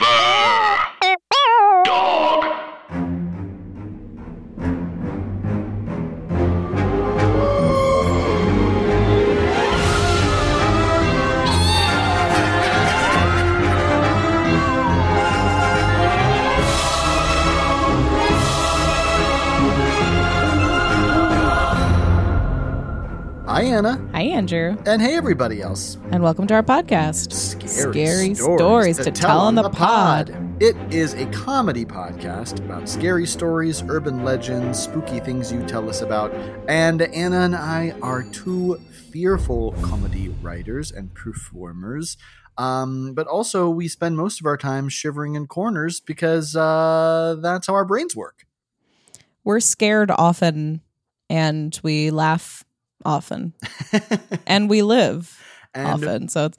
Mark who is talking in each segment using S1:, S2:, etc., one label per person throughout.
S1: Forever. Dog.
S2: Hi, Anna.
S3: Hi, Andrew,
S2: And hey, everybody else.
S3: and welcome to our podcast.
S2: Scary,
S3: Scary stories to tell on the
S2: It is a comedy podcast about scary stories, urban legends, spooky things you tell us about. And Anna and I are two fearful comedy writers and performers. Um, but also, we spend most of our time shivering in corners because uh, that's how our brains work.
S3: We're scared often, and we laugh often, and we live
S2: and
S3: often. So it's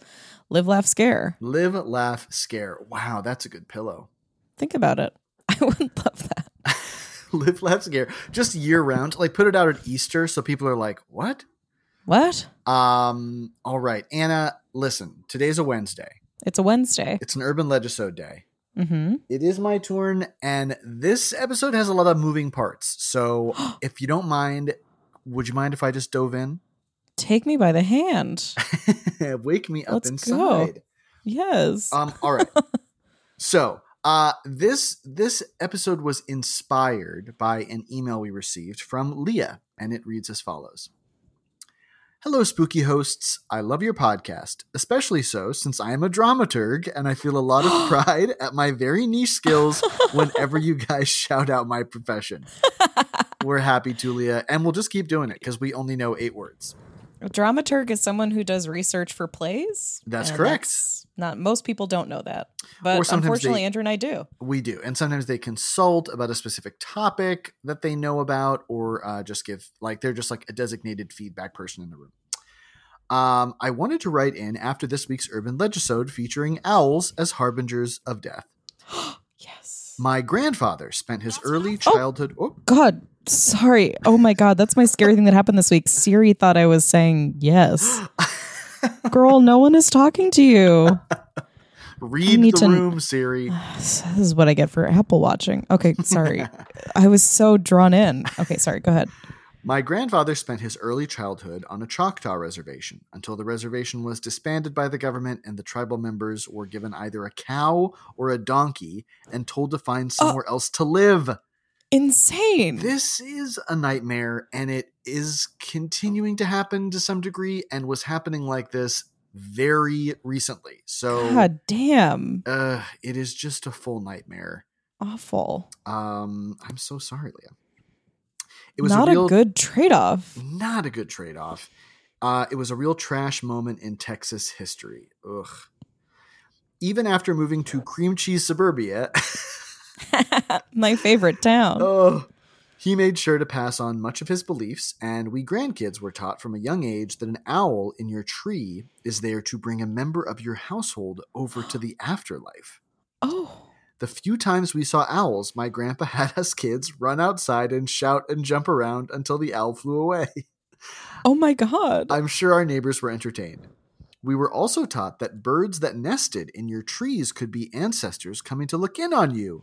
S3: live, laugh, scare.
S2: live, laugh, scare. Wow, that's a good pillow.
S3: Think about it. I would love that.
S2: Live, laugh, scare. Just year round. Like put it out at Easter so people are like, what?
S3: What?
S2: Um, all right. Anna, listen, today's a Wednesday.
S3: It's a Wednesday.
S2: It's an urban legisode day.
S3: Mm-hmm.
S2: It is my turn, and this episode has a lot of moving parts. So if you don't mind, would you mind if I just dove in?
S3: Take me by the hand.
S2: Wake me up
S3: Let's go.
S2: inside.
S3: Yes.
S2: Um, all right. so uh, this this episode was inspired by an email we received from Leah, and it reads as follows. Hello, spooky hosts. I love your podcast, especially so since I am a dramaturg and I feel a lot of pride at my very niche skills whenever you guys shout out my profession. We're happy, Tulia, and we'll just keep doing it because we only know eight words.
S3: a dramaturg is someone who does research for plays.
S2: That's
S3: and
S2: correct.
S3: that's not most people don't know that, but
S2: Or sometimes
S3: unfortunately,
S2: they-
S3: Andrew and I do.
S2: We do. And sometimes they consult about a specific topic that they know about, or uh, just give, like, they're just like a designated feedback person in the room. Um, I wanted to write in after this week's Urban Legisode featuring owls as harbingers of death.
S3: Yes.
S2: My grandfather spent his early childhood. Oh,
S3: God, sorry. Oh my God, that's my scary thing that happened this week. Siri thought I was saying yes. Girl, no one is talking to you.
S2: read
S3: need
S2: the
S3: to-
S2: room, Siri.
S3: This is what I get for Apple watching. Okay, sorry. I was so drawn in. Okay, sorry. Go ahead.
S2: My grandfather spent his early childhood on a Choctaw reservation until the reservation was disbanded by the government and the tribal members were given either a cow or a donkey and told to
S3: Oh.
S2: find somewhere else to live.
S3: Insane.
S2: This is a nightmare and it is continuing to happen to some degree and was happening like this very recently. So
S3: God damn.
S2: uh, it is just a full nightmare.
S3: Awful.
S2: Um, I'm so sorry, Leah. It
S3: Not
S2: real-
S3: a good trade off.
S2: not a good trade off. Uh, it was a real trash moment in Texas history. Ugh. Even after moving to cream cheese suburbia,
S3: My favorite town.
S2: oh, he made sure to pass on much of his beliefs, and we grandkids were taught from a young age that an owl in your tree is there to bring a member of your household over to the afterlife.
S3: Oh.
S2: The few times we saw owls, my grandpa had us kids run outside and shout and jump around until the owl flew away.
S3: Oh my God.
S2: I'm sure our neighbors were entertained. We were also taught that birds that nested in your trees could be ancestors coming to look in on you.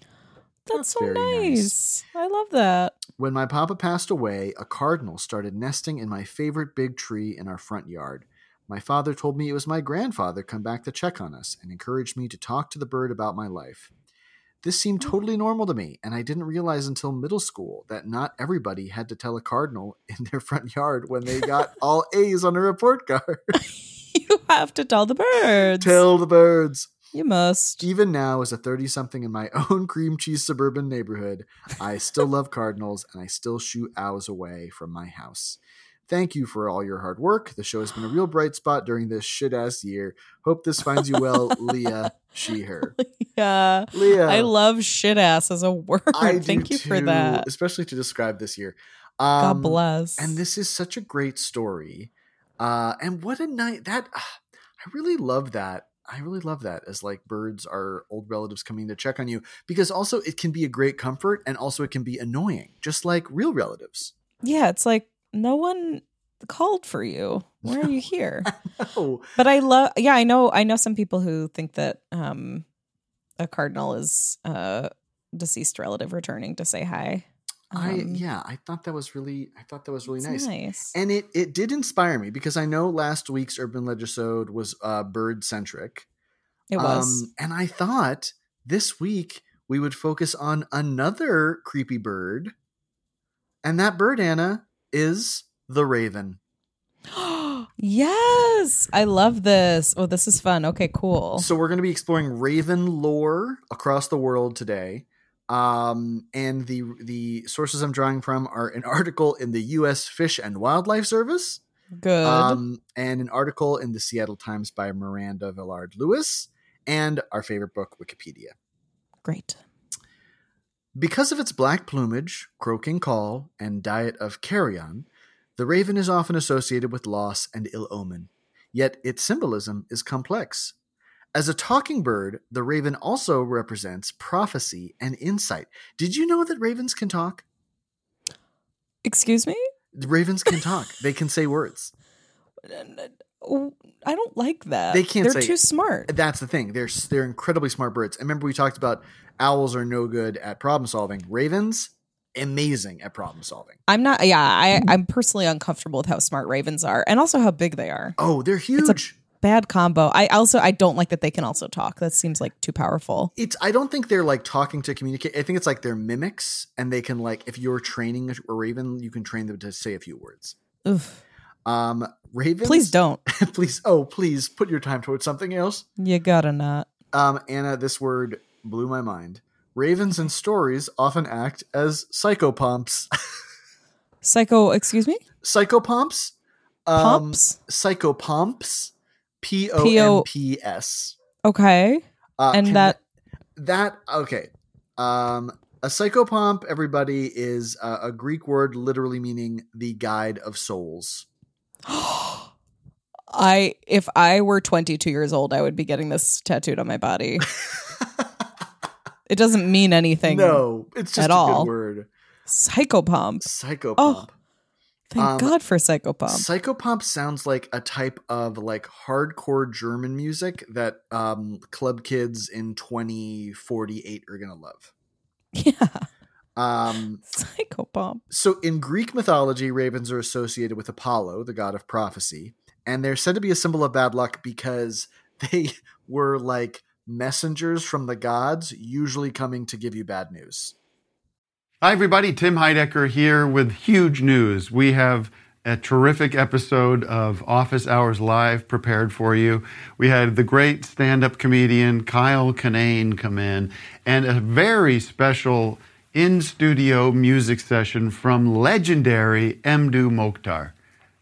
S3: That's so
S2: very
S3: nice. I love that.
S2: When my papa passed away, a cardinal started nesting in my favorite big tree in our front yard. My father told me it was my grandfather come back to check on us and encouraged me to talk to the bird about my life. This seemed totally normal to me, and I didn't realize until middle school that not everybody had to tell a cardinal in their front yard when they got all A's on a report card.
S3: You have to tell the birds.
S2: tell the birds.
S3: you must.
S2: Even now, as a 30 something in my own cream cheese suburban neighborhood, I still love Cardinals and I still shoot owls away from my house. Thank you for all your hard work. The show has been a real bright spot during this shit ass year. Hope this finds you well, Leah, she, her.
S3: Yeah.
S2: Leah.
S3: I love shit ass as a word.
S2: I do
S3: Thank you for
S2: too,
S3: that.
S2: Especially to describe this year.
S3: God
S2: Um,
S3: bless.
S2: And this is such a great story. Uh, and what a night that ah, I really love that. I really love that as like birds are old relatives coming to check on you because also it can be a great comfort and also it can be annoying, just like real relatives.
S3: yeah, it's like no one called for you. Why are you here?
S2: Oh,
S3: but I love. Yeah, I know. I know some people who think that um, a cardinal is a deceased relative returning to say hi.
S2: I
S3: Um,
S2: yeah, I thought that was really I thought that was really
S3: it's
S2: nice. And it it did inspire me because I know last week's urban legisode was uh bird centric.
S3: it was.
S2: Um, and I thought this week we would focus on another creepy bird. And that bird, Anna, is the raven. um,
S3: yes, I love this. Oh, this is fun. Okay, cool.
S2: So we're going to be exploring raven lore across the world today. Um, and the the sources I'm drawing from are an article in the U.S. Fish and Wildlife Service,
S3: Good.
S2: um, and an article in the Seattle Times by Miranda Villard Lewis, and our favorite book, Wikipedia.
S3: Great.
S2: Because of its black plumage, croaking call, and diet of carrion, the raven is often associated with loss and ill omen. Yet its symbolism is complex. As a talking bird, the raven also represents prophecy and insight. Did you know that ravens can talk?
S3: Excuse me?
S2: Ravens can talk. they can say words.
S3: Oh, I don't like that.
S2: They can't
S3: They're
S2: say Uh,
S3: too
S2: it.
S3: smart.
S2: That's the thing. They're they're incredibly smart birds. And remember we talked about owls are no good at problem solving. Ravens amazing at problem solving.
S3: I'm not. Yeah, I, I'm personally uncomfortable with how smart ravens are, and also how big they are.
S2: Oh, they're
S3: a-
S2: huge.
S3: Bad combo. I also I don't like that they can also talk. That seems like too powerful.
S2: it's i don't think they're like talking to communicate i think it's like they're mimics and they can like if you're training a raven you can train them to say a few words
S3: Oof.
S2: um raven
S3: Please don't.
S2: please oh please put your time towards something else
S3: You gotta not.
S2: um anna this word blew my mind ravens in stories often act as psychopomps
S3: Psycho. Excuse me.
S2: psychopomps um
S3: Pumps.
S2: psychopomps
S3: O-
S2: p-o-m-p-s
S3: okay.
S2: uh,
S3: And
S2: can-
S3: that.
S2: that okay um a psychopomp everybody is uh, a greek word literally meaning the guide of souls
S3: I if I were 22 years old, I would be getting this tattooed on my body. it doesn't mean anything.
S2: no it's just
S3: At
S2: a
S3: all.
S2: good word
S3: Psychopomp.
S2: psychopomp
S3: Oh. Thank
S2: Um,
S3: God for psychopomp.
S2: psychopomp sounds like a type of like hardcore german music that um club kids in 2048 are gonna love
S3: yeah.
S2: um
S3: Psychopomp.
S2: So in Greek mythology, ravens are associated with Apollo, the god of prophecy, and they're said to be a symbol of bad luck because they were like messengers from the gods, usually coming to give you bad news.
S4: Hi, everybody. Tim Heidecker here with huge news. We have a terrific episode of Office Hours Live prepared for you. We had the great stand up comedian Kyle Kinane come in and a very special in studio music session from legendary Mdu Mokhtar.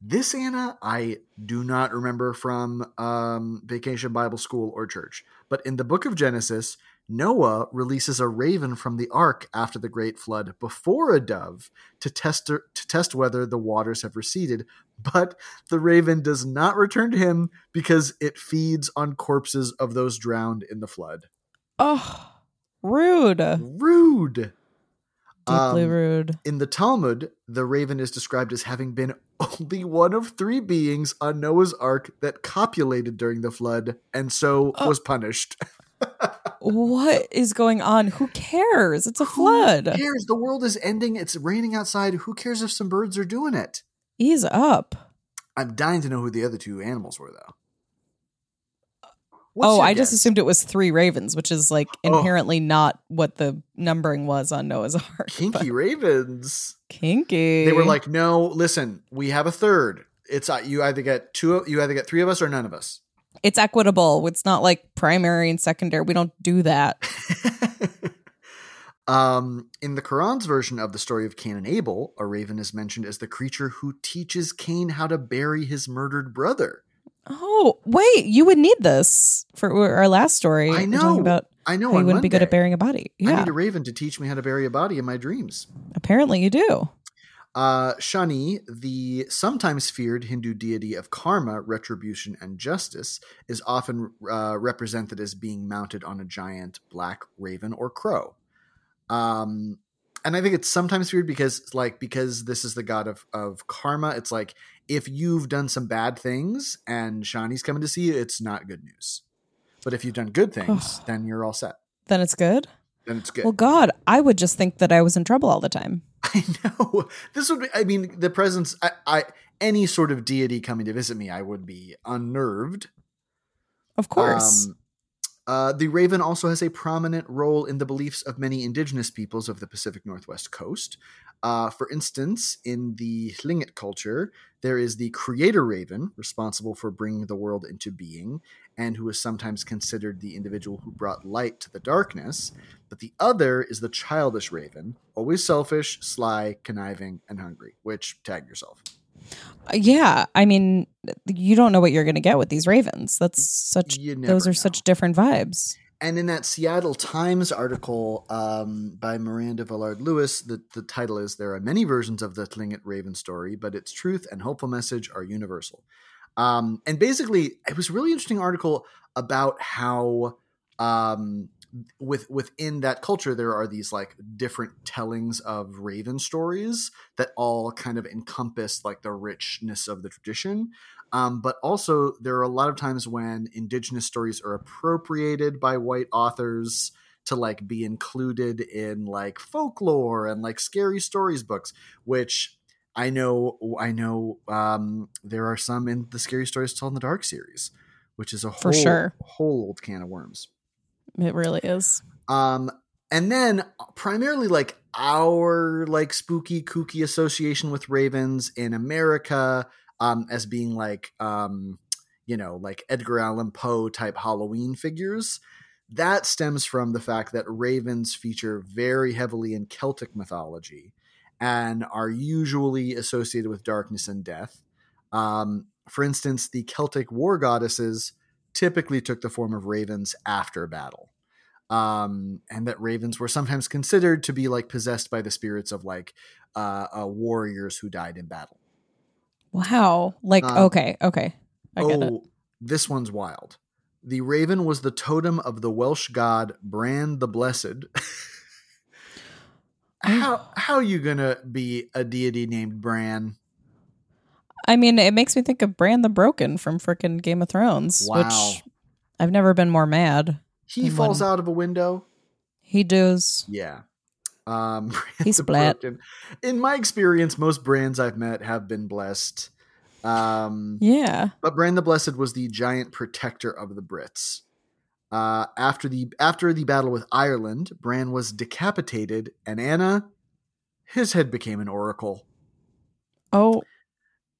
S2: this Anna, I do not remember from um, Vacation Bible School or church, but in the book of Genesis, Noah releases a raven from the ark after the great flood before a dove to test to test whether the waters have receded. But the raven does not return to him because it feeds on corpses of those drowned in the flood.
S3: Oh, rude.
S2: Rude.
S3: Deeply
S2: Um,
S3: rude.
S2: in the Talmud, the raven is described as having been only one of three beings on Noah's ark that copulated during the flood and so
S3: Oh.
S2: was punished.
S3: What is going on? Who cares? It's a flood.
S2: Who cares? The world is ending. It's raining outside. Who cares if some birds are doing it?
S3: Ease up.
S2: I'm dying to know who the other two animals were, though.
S3: oh,
S2: your
S3: I just
S2: guess?
S3: assumed it was three ravens, which is like
S2: Oh.
S3: inherently not what the numbering was on Noah's Ark. but-
S2: kinky ravens.
S3: Kinky.
S2: They were like, no, listen, we have a third. It's uh, you either get two, of- you either get three of us or none of us.
S3: it's equitable. It's not like primary and secondary. We don't do that.
S2: um, in the Quran's version of the story of Cain and Abel, a raven is mentioned as the creature who teaches Cain how to bury his murdered brother.
S3: Oh, wait, you would need this for our last story.
S2: I
S3: We're
S2: know.
S3: talking about
S2: I know.
S3: how you
S2: on
S3: wouldn't be good at
S2: Monday.
S3: burying a body.
S2: I
S3: Yeah.
S2: need a raven to teach me how to bury a body in my dreams.
S3: Apparently you do.
S2: Uh, Shani, the sometimes feared Hindu deity of karma, retribution, and justice, is often uh, represented as being mounted on a giant black raven or crow. Um, and I think it's sometimes feared because, like, because this is the god of of karma. It's like if you've done some bad things and Shani's coming to see you, it's not good news. But if you've done good things,
S3: Ugh.
S2: then you're all set.
S3: Then it's good.
S2: Then it's good.
S3: Well, God, I would just think that I was in trouble all the time.
S2: I know. This would be, I mean, the presence, I, I, any sort of deity coming to visit me, I would be unnerved.
S3: Of course.
S2: Um, uh, the raven also has a prominent role in the beliefs of many indigenous peoples of the Pacific Northwest coast. Uh, for instance, in the Tlingit culture, there is the creator raven, responsible for bringing the world into being, and who is sometimes considered the individual who brought light to the darkness. But the other is the childish raven, always selfish, sly, conniving, and hungry, which tag yourself.
S3: yeah. I mean, you don't know what you're going to get with these ravens. That's such,
S2: You never
S3: those are
S2: know.
S3: such different vibes.
S2: And in that Seattle Times article um, by Miranda Villard Lewis, the, the title is There Are Many Versions of the Tlingit Raven Story, but its truth and hopeful message are universal. Um, and basically, it was a really interesting article about how um, with within that culture there are these like different tellings of raven stories that all kind of encompass like the richness of the tradition um, but also there are a lot of times when indigenous stories are appropriated by white authors to like be included in like folklore and like scary stories books which i know i know um, there are some in the scary stories told in the dark series which is a whole,
S3: For sure.
S2: whole old can of worms
S3: It really is.
S2: um, and then primarily like our like spooky kooky association with ravens in America um, as being like um, you know like Edgar Allan Poe type Halloween figures. That stems from the fact that ravens feature very heavily in Celtic mythology and are usually associated with darkness and death. Um, for instance, the Celtic war goddesses typically took the form of ravens after battle um, and that ravens were sometimes considered to be like possessed by the spirits of like uh, uh, warriors who died in battle.
S3: Wow. Like,
S2: Um, oh.
S3: okay. Okay. I get it.
S2: this one's wild. The raven was the totem of the Welsh god Bran the Blessed. how how you gonna be a deity named Bran?
S3: I mean, it makes me think of Bran the Broken from frickin' Game of Thrones,
S2: Wow.
S3: which I've never been more mad.
S2: He
S3: And
S2: falls
S3: one-
S2: out of a window.
S3: He does.
S2: Yeah. Um,
S3: He
S2: the
S3: splat.
S2: broken- In my experience, most brands I've met have been blessed. Um,
S3: Yeah.
S2: But Bran the Blessed was the giant protector of the Brits. Uh, after the after the battle with Ireland, Bran was decapitated, and Anna, his head became an oracle.
S3: Oh,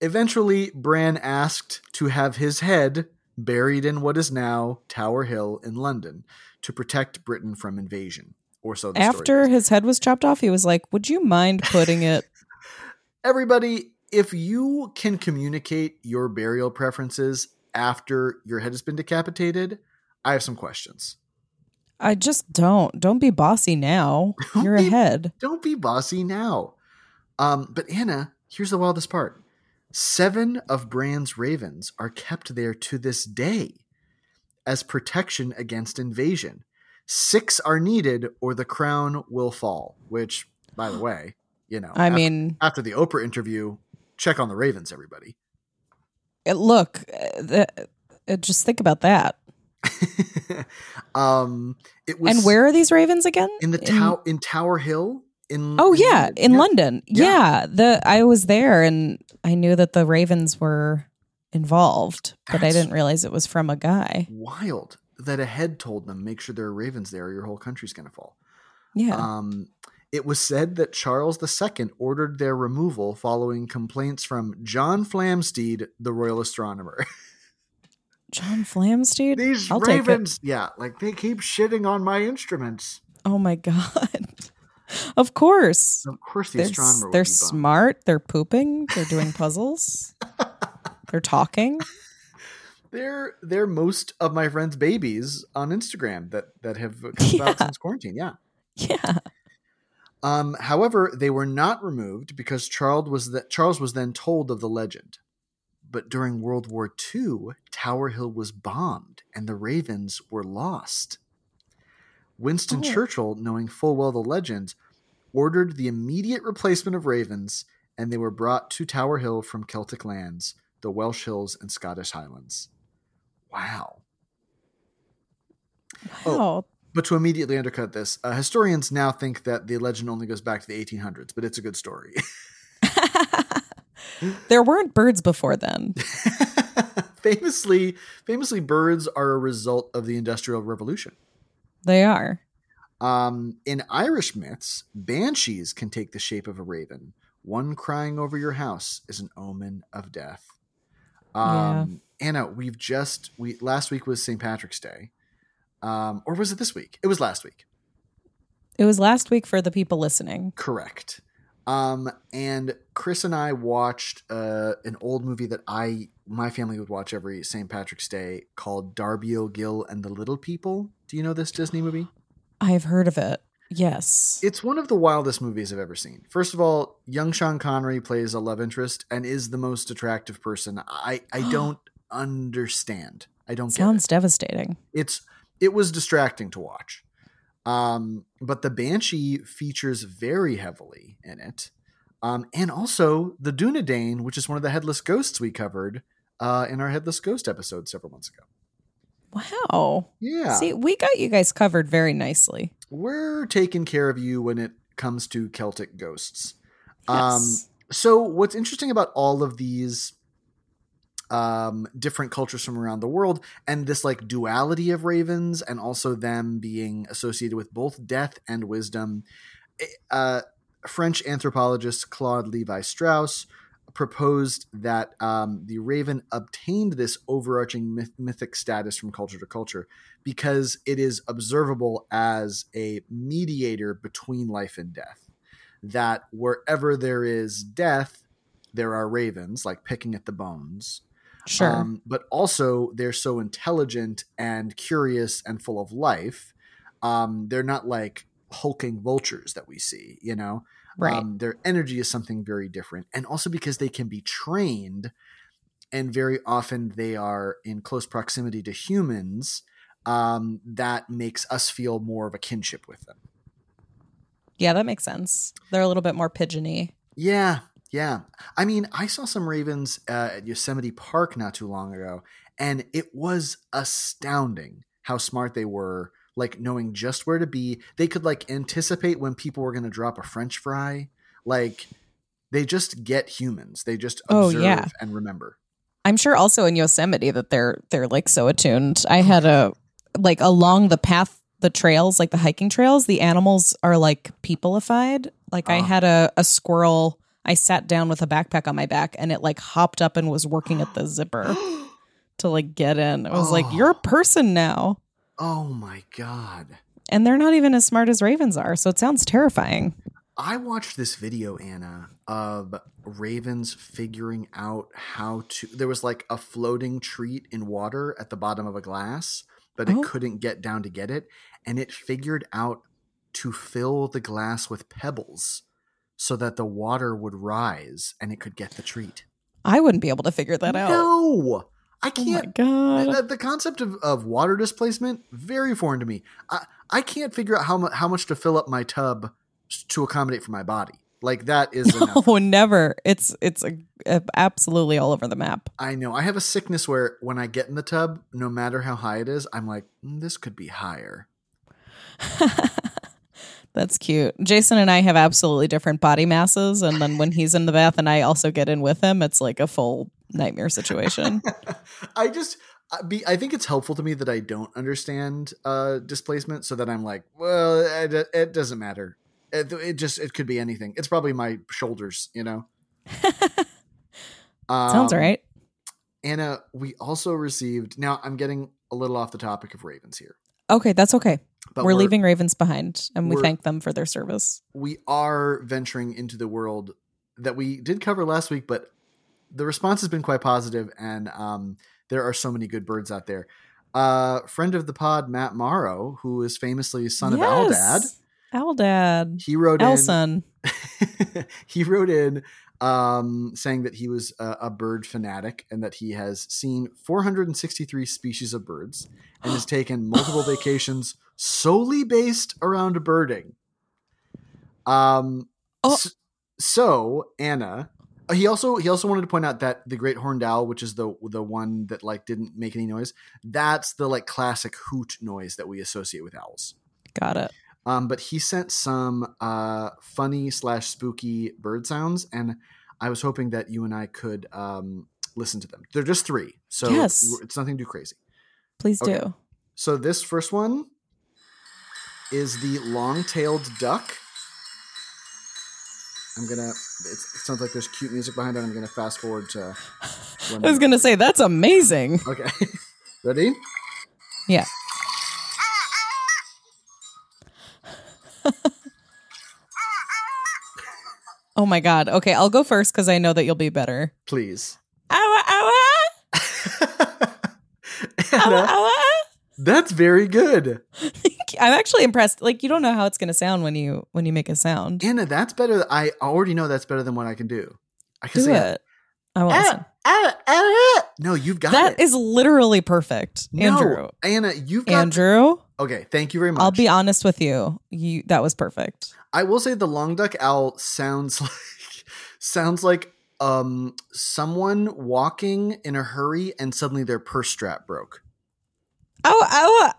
S2: Eventually, Bran asked to have his head buried in what is now Tower Hill in London to protect Britain from invasion, or so. The story
S3: after
S2: goes.
S3: his head was chopped off, he was like, Would you mind putting it?
S2: everybody, if you can communicate your burial preferences after your head has been decapitated, I have some questions.
S3: I just don't. Don't be bossy now.
S2: Don't
S3: You're
S2: be-
S3: ahead.
S2: Don't be bossy now. Um, but Anna, here's the wildest part. Seven of Bran's ravens are kept there to this day as protection against invasion. Six are needed or the crown will fall, which, by the way, you know,
S3: I
S2: af-
S3: mean,
S2: after the Oprah interview, check on the ravens, everybody.
S3: it- look, uh, the- uh, just think about that.
S2: um, it was
S3: and where are these ravens again?
S2: in the tow- in Tower Hill in
S3: Oh yeah, in
S2: London.
S3: London.
S2: Yeah.
S3: Yeah. the I was there and I knew that the Ravens were involved, but I
S2: That's-
S3: didn't realize it was from a guy.
S2: wild that a head told them make sure there are ravens there or your whole country's going to fall
S3: Yeah.
S2: um, it was said that charles ii ordered their removal following complaints from john flamsteed the royal astronomer
S3: John Flamsteed.
S2: these
S3: I'll take it.
S2: ravens yeah like they keep shitting on my instruments
S3: Oh my god. of course.
S2: of course the
S3: They're, s-
S2: astronomer would
S3: they're
S2: be bummed.
S3: smart, they're pooping, they're doing puzzles. they're talking.
S2: they're they're most of my friends' babies on Instagram that that have come about
S3: Yeah.
S2: since quarantine. Yeah.
S3: Yeah.
S2: Um, however, they were not removed because Charles was that Charles was then told of the legend. But during World War II, Tower Hill was bombed and the Ravens were lost. Winston
S3: Oh.
S2: Churchill, knowing full well the legend, ordered the immediate replacement of Ravens, and they were brought to Tower Hill from Celtic lands, the Welsh Hills and Scottish Highlands. Wow.
S3: Wow.
S2: But to immediately undercut this, uh, historians now think that the legend only goes back to the 1800s, but it's a good story.
S3: Oh. there weren't birds before then.
S2: famously, famously, birds are a result of the Industrial Revolution.
S3: They are.
S2: Um, in Irish myths, banshees can take the shape of a raven. One crying over your house is an omen of death. Um, Anna, we've just we last week was St. Patrick's Day, um, or was it this week? It was last week.
S3: It was last week for the people listening.
S2: Correct. Um, and Chris and I watched uh, an old movie that I my family would watch every St. Patrick's Day called Darby O'Gill and the Little People. Do you know this Disney movie?
S3: I've heard of it. Yes.
S2: It's one of the wildest movies I've ever seen. First of all, young Sean Connery plays a love interest and is the most attractive person. I I don't understand. I don't get it
S3: Sounds devastating.
S2: it's it was distracting to watch um but the banshee features very heavily in it um and also the dunedain which is one of the headless ghosts we covered uh in our headless ghost episode several months ago
S3: Wow.
S2: yeah
S3: See, we got you guys covered very nicely.
S2: we're taking care of you when it comes to celtic ghosts um
S3: Yes.
S2: so what's interesting about all of these um different cultures from around the world and this like duality of ravens and also them being associated with both death and wisdom it- uh french anthropologist claude levi strauss proposed that um, the raven obtained this overarching myth- mythic status from culture to culture because it is observable as a mediator between life and death that wherever there is death, there are ravens, like picking at the bones.
S3: sure.
S2: Um, but also, they're so intelligent and curious and full of life. Um, they're not like hulking vultures that we see, you know?
S3: right.
S2: Um, their energy is something very different. And also because they can be trained, and very often they are in close proximity to humans, um, that makes us feel more of a kinship with them.
S3: yeah, that makes sense. They're a little bit more pigeony.
S2: Yeah, yeah. I mean, I saw some Ravens uh, at Yosemite Park not too long ago, and it was astounding how smart they were. Like knowing just where to be, they could like anticipate when people were going to drop a French fry. Like they just get humans. They just
S3: Oh,
S2: observe
S3: yeah.
S2: and remember.
S3: I'm sure also in Yosemite that they're they're like so attuned. I had a like along the path the trails, like the hiking trails, the animals are like peopleified. Like I
S2: Ah.
S3: had a, a squirrel I sat down with a backpack on my back and it like hopped up and was working at the zipper to like get in. I was like,
S2: Oh.
S3: You're a person now.
S2: oh my god.
S3: And they're not even as smart as ravens are, so it sounds terrifying.
S2: I watched this video, Anna, of ravens figuring out how to. There was like a floating treat in water at the bottom of a glass, but
S3: Oh.
S2: it couldn't get down to get it. And it figured out to fill the glass with pebbles so that the water would rise and it could get the treat.
S3: I wouldn't be able to figure that out.
S2: No, I
S3: Oh my
S2: can't.
S3: god.
S2: the, the concept of, of water displacement very foreign to me. I, I can't figure out how, mu- how much to fill up my tub s- to accommodate for my body. Like that is an effort.
S3: Oh, never. It's it's a, a, absolutely all over the map.
S2: I know. I have a sickness where when I get in the tub, no matter how high it is, I'm like, "Mm, this could be higher.
S3: That's cute. Jason and I have absolutely different body masses, and then when he's in the bath and I also get in with him, it's like a full nightmare situation.
S2: I just, I, be, I think it's helpful to me that I don't understand uh, displacement, so that I'm like, well, it, it doesn't matter. It, it just, it could be anything. It's probably my shoulders, you know. um,
S3: Sounds all right.
S2: Anna. We also received. Now I'm getting a little off the topic of ravens here,
S3: Okay, that's okay.
S2: but
S3: we're, leaving Ravens behind, and we
S2: we're-
S3: thank them for their service.
S2: we are venturing into the world that we did cover last week, but the response has been quite positive, and um, There are so many good birds out there. Uh, friend of the pod, Matt Morrow, who is famously son of Owl Dad,
S3: Owl Dad.
S2: he wrote
S3: Owl
S2: in.
S3: Son.
S2: he wrote in um, saying that he was a, a bird fanatic and that he has seen 463 species of birds and has taken multiple vacations solely based around birding. Um,
S3: Oh.
S2: s- so Anna, uh, he also he also wanted to point out that the great horned owl, which is the the one that like didn't make any noise, that's the like classic hoot noise that we associate with owls.
S3: Got it.
S2: Um, but he sent some uh, funny slash spooky bird sounds, and I was hoping that you and I could um, listen to them. They're just three, so
S3: Yes.
S2: it's nothing too crazy.
S3: Please
S2: Okay.
S3: do.
S2: So this first one is the long-tailed duck. I'm gonna. It's, it sounds like there's cute music behind it. I'm gonna fast forward to. When
S3: I was gonna say that's amazing.
S2: Okay, ready?
S3: Yeah. oh my god. Okay, I'll go first because I know that you'll be better.
S2: Please.
S3: Ow, ow, ow,
S2: Anna,
S3: ow,
S2: that's very good.
S3: I'm actually impressed. Like you don't know how it's gonna sound when you when you make a sound.
S2: Anna, that's better. I already know that's better than what I can do. I can
S3: Do
S2: say
S3: it. I want
S2: Ah,
S3: to.
S2: ah, ah. No, you've got
S3: That
S2: it.
S3: is literally perfect,
S2: No,
S3: Andrew.
S2: Anna, you've got.
S3: Andrew,
S2: Okay, thank you very much.
S3: I'll be honest with you. You that was perfect.
S2: I will say the long duck owl sounds like sounds like um someone walking in a hurry and suddenly their purse strap broke.
S3: Oh,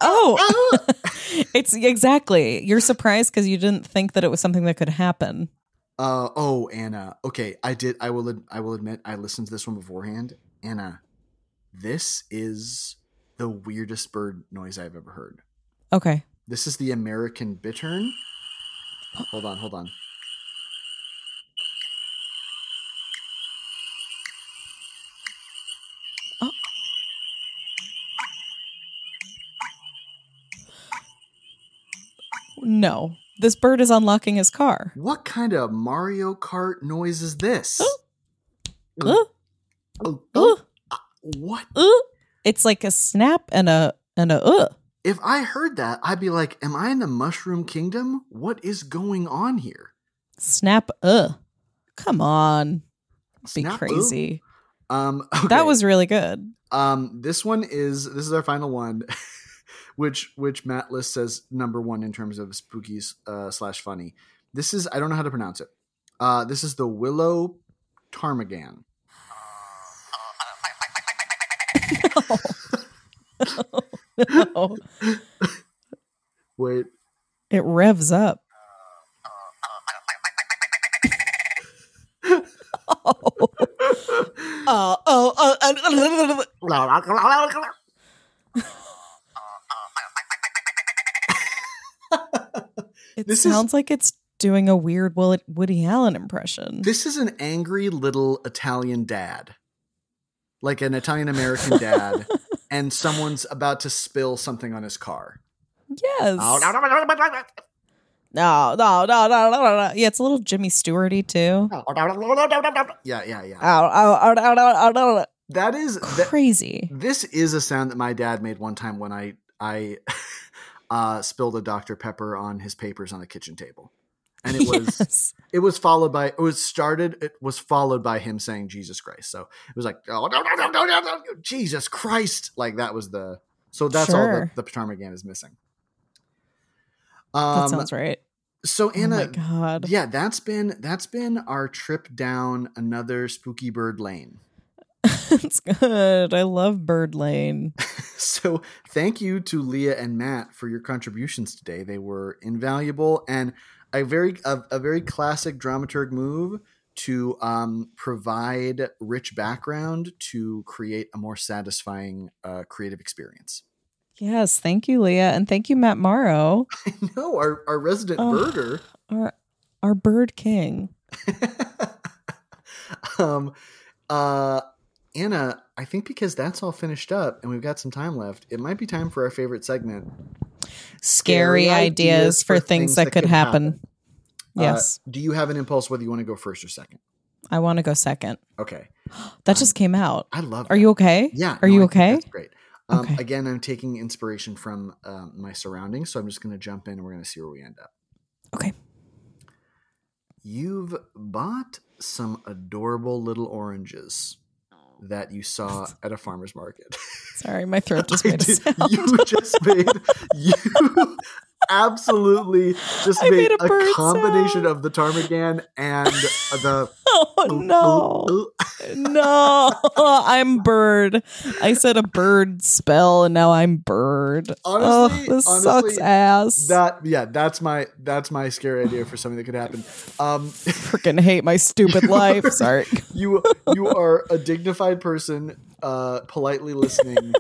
S3: oh, oh. it's exactly. You're surprised because you didn't think that it was something that could happen.
S2: Uh oh, Anna. Okay, I did. I will. ad- I will admit I listened to this one beforehand. Anna, this is the weirdest bird noise I've ever heard.
S3: Okay.
S2: This is the American bittern. Hold on, hold on.
S3: Oh. No. This bird is unlocking his car.
S2: What kind of Mario Kart noise is this?
S3: Oh. Uh,
S2: Oh,
S3: uh,
S2: What?
S3: uh. It's like a snap and a and a uh.
S2: If I heard that, I'd be like, Am I in the Mushroom Kingdom? What is going on here?
S3: Snap uh. Come on. Be
S2: Snap, uh. ooh.
S3: crazy.
S2: Um, okay.
S3: That was really good.
S2: um, this one is this is our final one, which which Matt List says number one in terms of spooky uh, slash funny. This is I don't know how to pronounce it. Uh, this is the Willow Ptarmigan.
S3: Oh,
S2: Wait,
S3: it revs up. oh, oh, oh, oh, It
S2: This is-
S3: sounds like it's doing a weird Will- Woody Allen impression.
S2: This is an angry little Italian dad, like an Italian American dad, and someone's about to spill something on his car.
S3: yes.
S2: Oh,
S3: No, no, no, no, no, no, no. Yeah, it's a little Jimmy Stewarty too.
S2: Oh.
S3: Oh,
S2: Yeah, yeah, yeah.
S3: Ow, ow, ow, ow, ow, ow, ow.
S2: That is that,
S3: oh, Crazy.
S2: this is a sound that my dad made one time when I I uh, spilled a Dr Pepper on his papers on the kitchen table, and it was
S3: Yes.
S2: it was followed by it was started it was followed by him saying Jesus Christ. So it was like oh no no no no no, no Jesus Christ like that was the so that's all
S3: Sure.
S2: that the Ptarmigan is missing.
S3: that
S2: Um,
S3: sounds right.
S2: so
S3: oh my
S2: Anna,
S3: god.
S2: yeah, that's been that's been our trip down another spooky bird lane.
S3: it's good. I love Bird Lane.
S2: So thank you to Leah and Matt for your contributions today. They were invaluable and a very a, a very classic dramaturg move to um, provide rich background to create a more satisfying uh, creative experience.
S3: Yes, thank you, Leah, and thank you, Matt Morrow,
S2: no, our our resident
S3: Ugh.
S2: birder.
S3: our our bird king.
S2: um, uh, Anna, I think because that's all finished up and we've got some time left, it might be time for our favorite segment.
S3: Scary, ideas, for things, that, could happen.
S2: Uh,
S3: Yes.
S2: do you have an impulse whether you want to go first or second?
S3: I want to go second.
S2: Okay.
S3: That just came out.
S2: I love
S3: Are
S2: that.
S3: you okay?
S2: Yeah.
S3: Are
S2: no,
S3: you
S2: I think
S3: okay?
S2: That's great. Um,
S3: Okay.
S2: Again, I'm taking inspiration from um, my surroundings, so I'm just going to jump in and we're going to see where we end up.
S3: Okay.
S2: You've bought some adorable little oranges that you saw at a farmer's market.
S3: Sorry, my throat just
S2: I
S3: made a
S2: did-
S3: sound.
S2: You just made you absolutely just
S3: I
S2: made,
S3: made a
S2: a
S3: bird
S2: combination
S3: sound.
S2: of the ptarmigan and the
S3: Oh no. No. I'm bird. I said a bird spell and now I'm bird.
S2: Honestly-
S3: oh, this
S2: honestly,
S3: sucks ass.
S2: that yeah that's my that's my scary idea for something that could happen. Um,
S3: Freaking hate my stupid life. Sorry.
S2: you you are a dignified person, uh, politely listening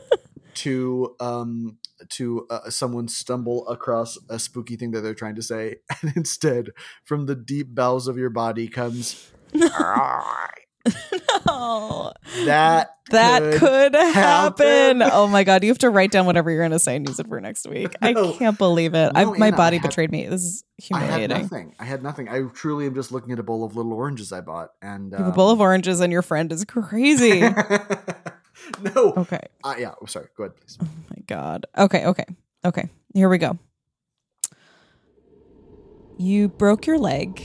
S2: to um to uh, someone stumble across a spooky thing that they're trying to say, and instead, from the deep bowels of your body comes
S3: Oh,
S2: that
S3: that could,
S2: happen.
S3: happen. Oh my god, you have to write down whatever you're going to say and use it for next week.
S2: No.
S3: I can't believe it. I,
S2: No,
S3: my
S2: Anna, I
S3: body
S2: had-
S3: betrayed me. This is
S2: I had
S3: humiliating.
S2: nothing. I had nothing. I truly am just looking at a bowl of little oranges I bought, and um,
S3: You have a bowl of oranges and your friend is crazy.
S2: no,
S3: okay.
S2: Uh, yeah. I'm sorry. Go ahead, please.
S3: Oh my god. Okay, okay. Okay. Here we go. You broke your leg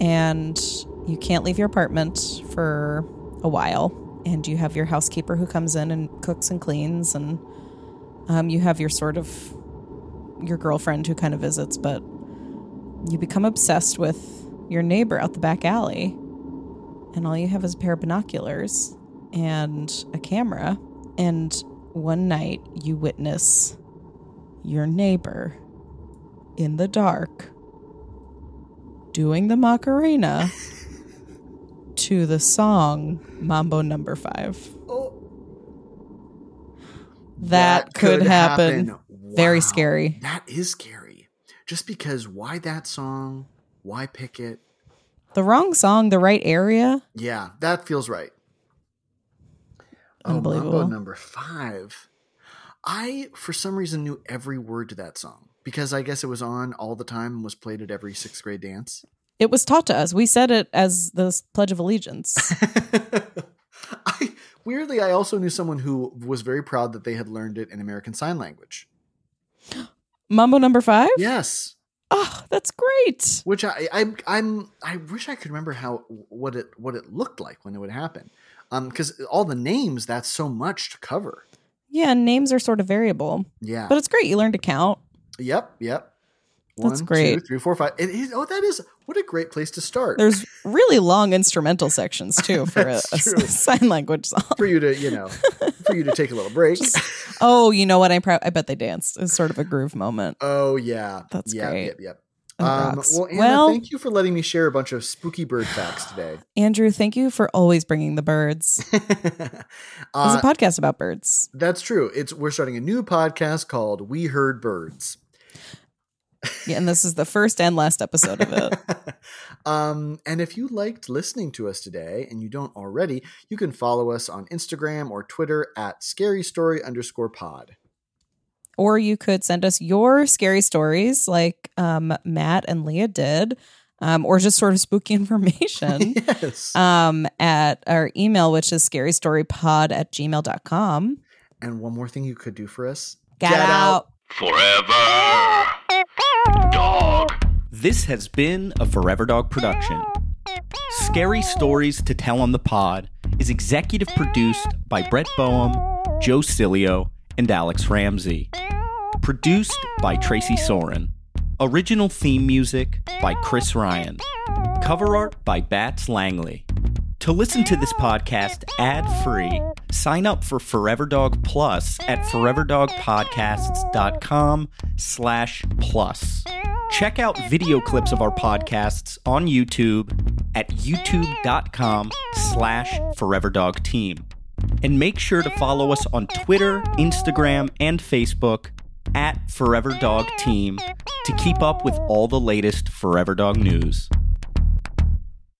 S3: and you can't leave your apartment for a while and you have your housekeeper who comes in and cooks and cleans and um, you have your sort of your girlfriend who kind of visits but you become obsessed with your neighbor out the back alley and all you have is a pair of binoculars and a camera and one night you witness your neighbor in the dark doing the Macarena to the song Mambo Number Five.
S2: Oh.
S3: That, could, happen. Very
S2: Wow.
S3: scary.
S2: That is scary. Just because why that song? Why pick it?
S3: The wrong song, the right area.
S2: Yeah, that feels right. Oh, Mambo
S3: Unbelievable.
S2: number five. I, for some reason, knew every word to that song because I guess it was on all the time and was played at every sixth grade dance.
S3: It was taught to us. We said it as the s- Pledge of Allegiance.
S2: I weirdly, I also knew someone who was very proud that they had learned it in American Sign Language.
S3: Mambo Number Five.
S2: Yes,
S3: Oh, that's great.
S2: which I, I I'm I wish I could remember how what it what it looked like when it would happen, um, because all the names that's so much to cover.
S3: Yeah, and names are sort of variable,
S2: Yeah.
S3: but it's great. You learn to count.
S2: yep. Yep.
S3: That's
S2: One,
S3: great.
S2: Two, three, four, five. It is, oh, that is what a great place to start
S3: There's really long instrumental sections too for a,
S2: That's
S3: a s-
S2: true.
S3: sign language song.
S2: for you to you know for you to take a little break.
S3: Oh, you know what? I pro- I bet they danced. It was sort of a groove moment.
S2: oh yeah.
S3: That's
S2: yep,
S3: great.
S2: Yep. Yep.
S3: That
S2: Um,
S3: rocks.
S2: well, Anna,
S3: Well-
S2: thank you for letting me share a bunch of spooky bird facts today.
S3: Andrew, thank you for always bringing the birds. There's
S2: uh,
S3: a podcast about birds.
S2: that's true. It's we're starting a new podcast called "We Heard Birds."
S3: Yeah, and this is the first and last episode of it.
S2: um, and if you liked listening to us today and you don't already, you can follow us on Instagram or Twitter at scary story underscore pod.
S3: or you could send us your scary stories like um, Matt and Leah did, um, or just sort of spooky information.
S2: Yes.
S3: Um, at our email, which is scarystorypod at gmail.com.
S2: and one more thing you could do for us
S3: Get, out.
S1: Forever. Dog.
S5: This has been a Forever Dog production. Scary Stories to Tell on the Pod is executive produced by Brett Boehm, Joe Cilio, and Alex Ramsey. Produced by Tracy Soren. Original theme music by Chris Ryan. Cover art by Bats Langley. To listen to this podcast ad free, sign up for Forever Dog Plus at foreverdogpodcasts.com/plus. Check out video clips of our podcasts on YouTube at youtube.com/foreverdogteam, and make sure to follow us on Twitter, Instagram, and Facebook at Forever Dog Team to keep up with all the latest Forever Dog news.